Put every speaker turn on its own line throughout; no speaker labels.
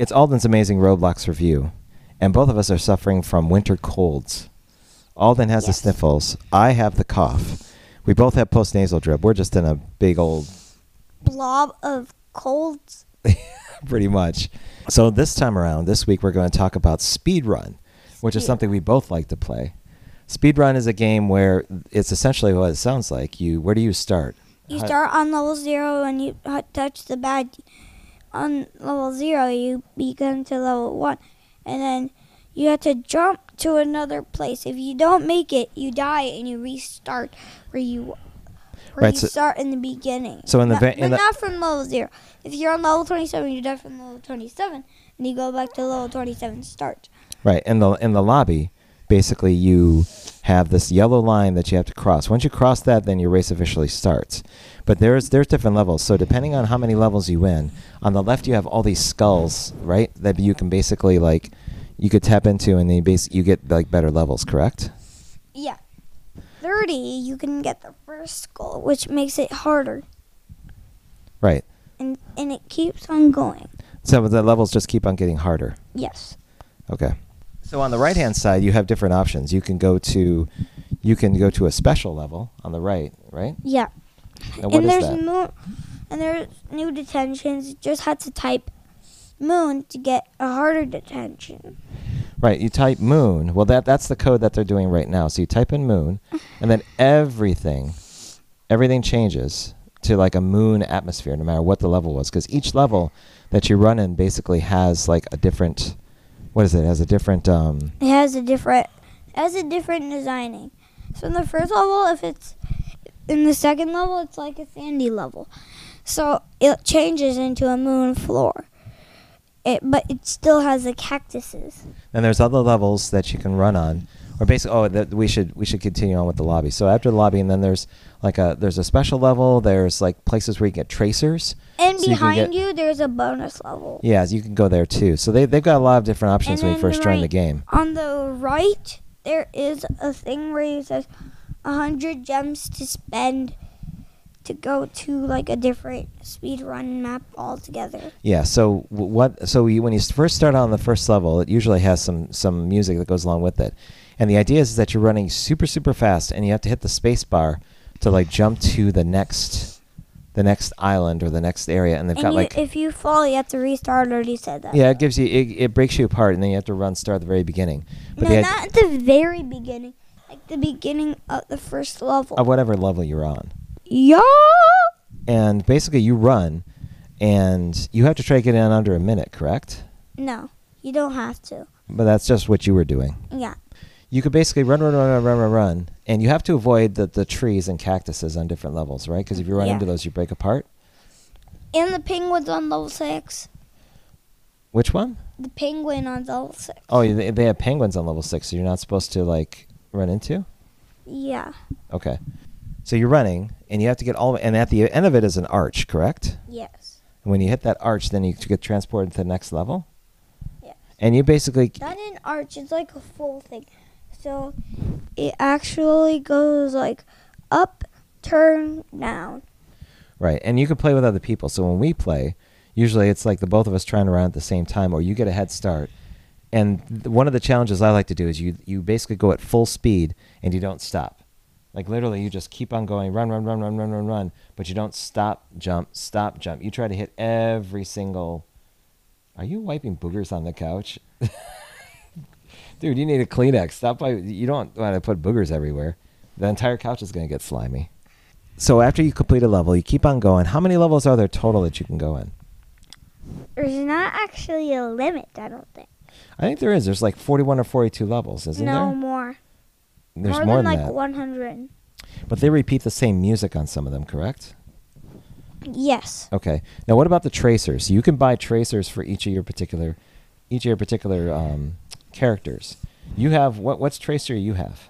It's Alden's amazing Roblox review, and both of us are suffering from winter colds. Alden has
Yes.
the sniffles. I have the cough. We both have postnasal drip. We're just in a big old
Blob of colds.
pretty much. So this time around, this week we're going to talk about speedrun, which is
Speed
something we both like to play. Speedrun is a game where it's essentially what it sounds like. You where do you start?
You
Hi-
start on level zero and you hu- touch the bag. On level zero, you begin to level one, and then you have to jump to another place. If you don't make it, you die and you restart where you where
Right,
you
so-
start in the beginning.
So in the
not,
va- in
but
the-
not from level zero. If you're on level twenty-seven, you die from level twenty-seven, and you go back to level twenty-seven start.
Right. In the in the lobby, basically you have this yellow line that you have to cross. Once you cross that, then your race officially starts. But there's there's different levels. So depending on how many levels you win, on the left you have all these skulls, right? That you can basically like you could tap into and then you bas- you get like better levels, correct?
Yeah, thirty, you can get the first goal, which makes it harder,
Right.
and and it keeps on going.
So the levels just keep on getting harder.
Yes.
Okay. So on the right hand side, you have different options. You can go to, you can go to a special level on the right, right?
Yeah.
And what
and
is
there's
that?
More, and there's new detentions. You just had to type moon to get a harder detention.
Right. You type moon. Well, that that's the code that they're doing right now. So you type in moon, and then everything, everything changes to like a moon atmosphere, no matter what the level was, because each level that you run in basically has like a different, what is it? it has a different. Um,
It has a different it has a different designing. So in the first level, if it's in the second level, it's like a sandy level. So it changes into a moon floor. It, but it still has the cactuses.
And there's other levels that you can run on, or basically, oh, that we should we should continue on with the lobby. So after the lobby, and then there's like a there's a special level. There's like places where you can get tracers.
And
So you can
behind
get-
you, there's a bonus level.
Yeah, you can go there too. So they they've got a lot of different options
And
when you
then
first join the
right-
game.
On the right, there is a thing where you says a hundred gems to spend to go to like a different speedrun map altogether.
Yeah. So w- what? So you, when you s- first start on the first level, it usually has some some music that goes along with it, and the idea is that you're running super super fast, and you have to hit the space bar to like jump to the next the next island or the next area, and they've
And
got
you,
like
if you fall, you have to restart. I already said that.
Yeah, it gives you it, it breaks you apart, and then you have to run start at the very beginning.
No,
the id-
not at the very beginning, like the beginning of the first level.
of whatever level you're on,
yeah.
and basically you run, and you have to try to get in under a minute, correct?
No, you don't have to.
But that's just what you were doing.
Yeah.
You could basically run, run, run, run, run, run, run, and you have to avoid the, the trees and cactuses on different levels, right? Because if you run
Yeah.
into those, you break apart.
And the penguins on level six.
Which one?
The penguin on level six.
Oh, they, they have penguins on level six, so you're not supposed to like run into.
Yeah.
Okay, so you're running, and you have to get all, and at the end of it is an arch, correct?
Yes.
And when you hit that arch, then you get transported to the next level.
Yes.
And you basically
Not an arch, it's like a full thing. So it actually goes like up, turn, down.
right, and you can play with other people. So when we play, usually it's like the both of us trying to run at the same time, or you get a head start. And th- one of the challenges I like to do is you you basically go at full speed and you don't stop. Like literally, you just keep on going, run, run, run, run, run, run, run, but you don't stop, jump, stop, jump. You try to hit every single. Are you wiping boogers on the couch? Dude, you need a Kleenex. Stop by. You don't want to put boogers everywhere. The entire couch is going to get slimy. So after you complete a level, you keep on going. How many levels are there total that you can go in?
There's not actually a limit, I don't think.
I think there is. There's like 41 or 42 levels, isn't
no more.
there? There's
more,
more,
than, like
that.
100.
But they repeat the same music on some of them, correct?
Yes.
Okay. Now, what about the tracers? You can buy tracers for each of your particular, each of your particular um, characters. You have what? What's tracer you have?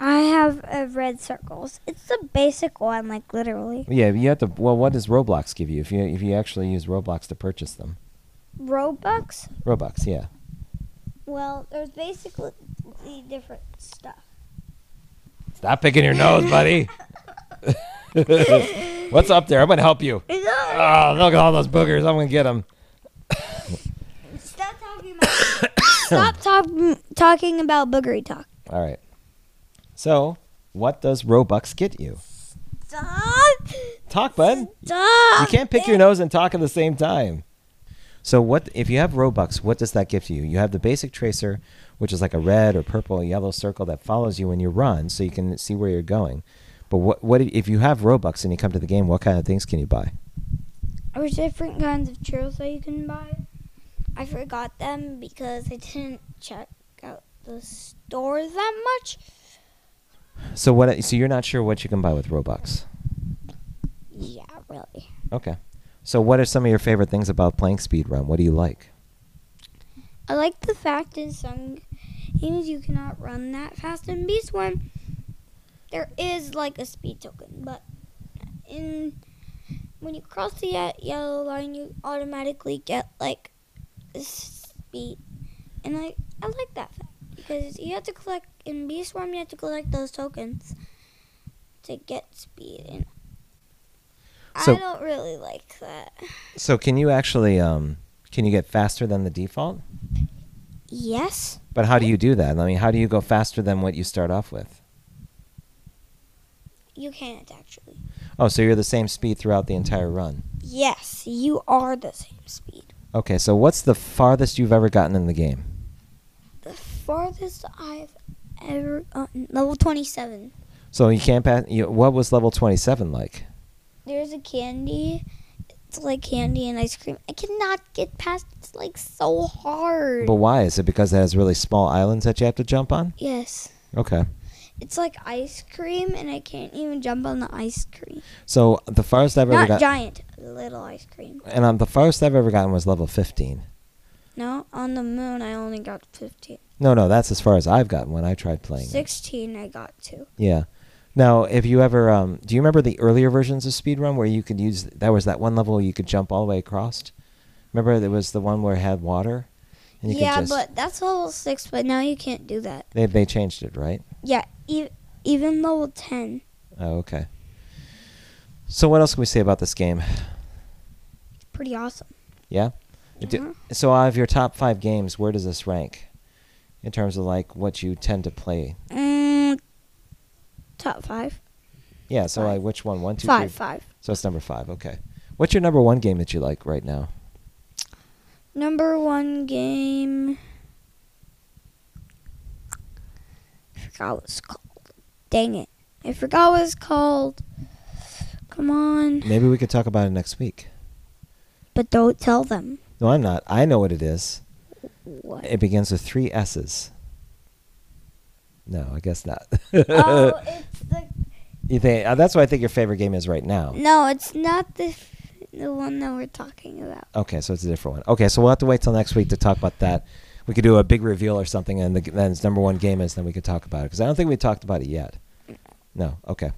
I have uh, red circles. It's the basic one, like literally.
Yeah, you have to. Well, what does Roblox give you if you if you actually use Roblox to purchase them?
Robux?
Robux, yeah.
Well, there's basically different stuff.
Stop picking your nose, buddy. What's up there? I'm gonna help you.
It's all-
Oh, look at all those boogers. I'm gonna get them.
Stop talk, talking about boogery talk.
All right. So, what does Robux get you?
Stop.
Talk, bud.
Stop.
You can't pick your nose and talk at the same time. So what if you have Robux, what does that give you? You have the basic tracer, which is like a red or purple or yellow circle that follows you when you run so you can see where you're going. But what what if you have Robux and you come to the game, what kind of things can you buy?
There's different kinds of churros that you can buy. I forgot them because I didn't check out the store that much.
So what so you're not sure what you can buy with Robux.
Yeah, really.
Okay. So what are some of your favorite things about playing speedrun? What do you like?
I like the fact in some games you cannot run that fast in Beast One. There is like a speed token, but in when you cross the ye- yellow line, you automatically get like s- speed, and I I like that fact because you have to collect in Beast One. You have to collect those tokens to get speed, and
So-
I don't really like that.
So can you actually um can you get faster than the default?
Yes.
But how do you do that? I mean, how do you go faster than what you start off with?
You can't actually.
Oh, so you're the same speed throughout the entire run.
Yes, you are the same speed.
Okay, so what's the farthest you've ever gotten in the game?
The farthest I've ever gotten, level 27.
So you can't pass. You, what was level 27 like?
There's a candy. It's like candy and ice cream. I cannot get past. It's like so hard.
But why? Is it because it has really small islands that you have to jump on?
yes.
Okay.
It's like ice cream, and I can't even jump on the ice cream.
So the farthest I've
Not
ever gotten.
giant, little ice cream.
And um, the farthest I've ever gotten was level 15.
No, on the moon, I only got 15.
No, no, that's as far as I've gotten when I tried playing. it.
16, I got two.
Yeah. Now, if you ever, um, do you remember the earlier versions of speedrun where you could use? That was that one level you could jump all the way across. Remember, there was the one where it had water. And you could
Yeah,
just-
but that's level 6, but now you can't do that.
they they changed it, right?
Yeah, e- even level 10.
Oh, okay. So what else can we say about this game?
It's pretty awesome.
Yeah. Do-
Mhm.
so out of your top five games, where does this rank in terms of like what you tend to play?
Mm, top five.
Yeah. So
Five.
like which one? One, two, three.
Five, five.
So it's number five. Okay. What's your number one game that you like right now?
Number one game. I forgot what it's called. Dang it. I forgot what it's called. Come on.
Maybe we could talk about it next week.
But don't tell them.
No, I'm not. I know what it is.
What?
It begins with three S's. No, I guess not.
oh, it's the.
you think uh, that's what I think your favorite game is right now.
No, it's not the, f- the one that we're talking about.
Okay, so it's a different one. Okay, so we'll have to wait till next week to talk about that. We could do a big reveal or something, and the, then its number one game is, then we could talk about it because I don't think we talked about it yet. No. Okay.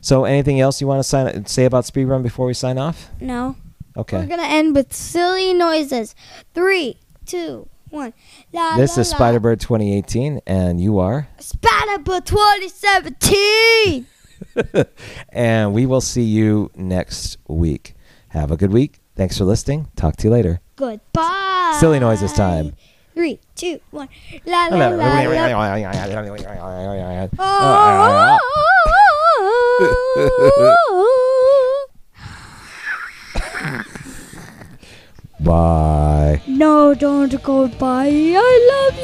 So anything else you want to sign say about speedrun before we sign off?
No. We're
Okay.
gonna end with silly noises. Three, two, one. La,
This
la,
is
la.
Spiderbird 2018, and you are,
Spiderbird 2017.
and we will see you next week. Have a good week. Thanks for listening. Talk to you later.
Goodbye.
Silly noises time.
Three, two, one. La la la. la.
Bye.
no, don't go. Bye. I love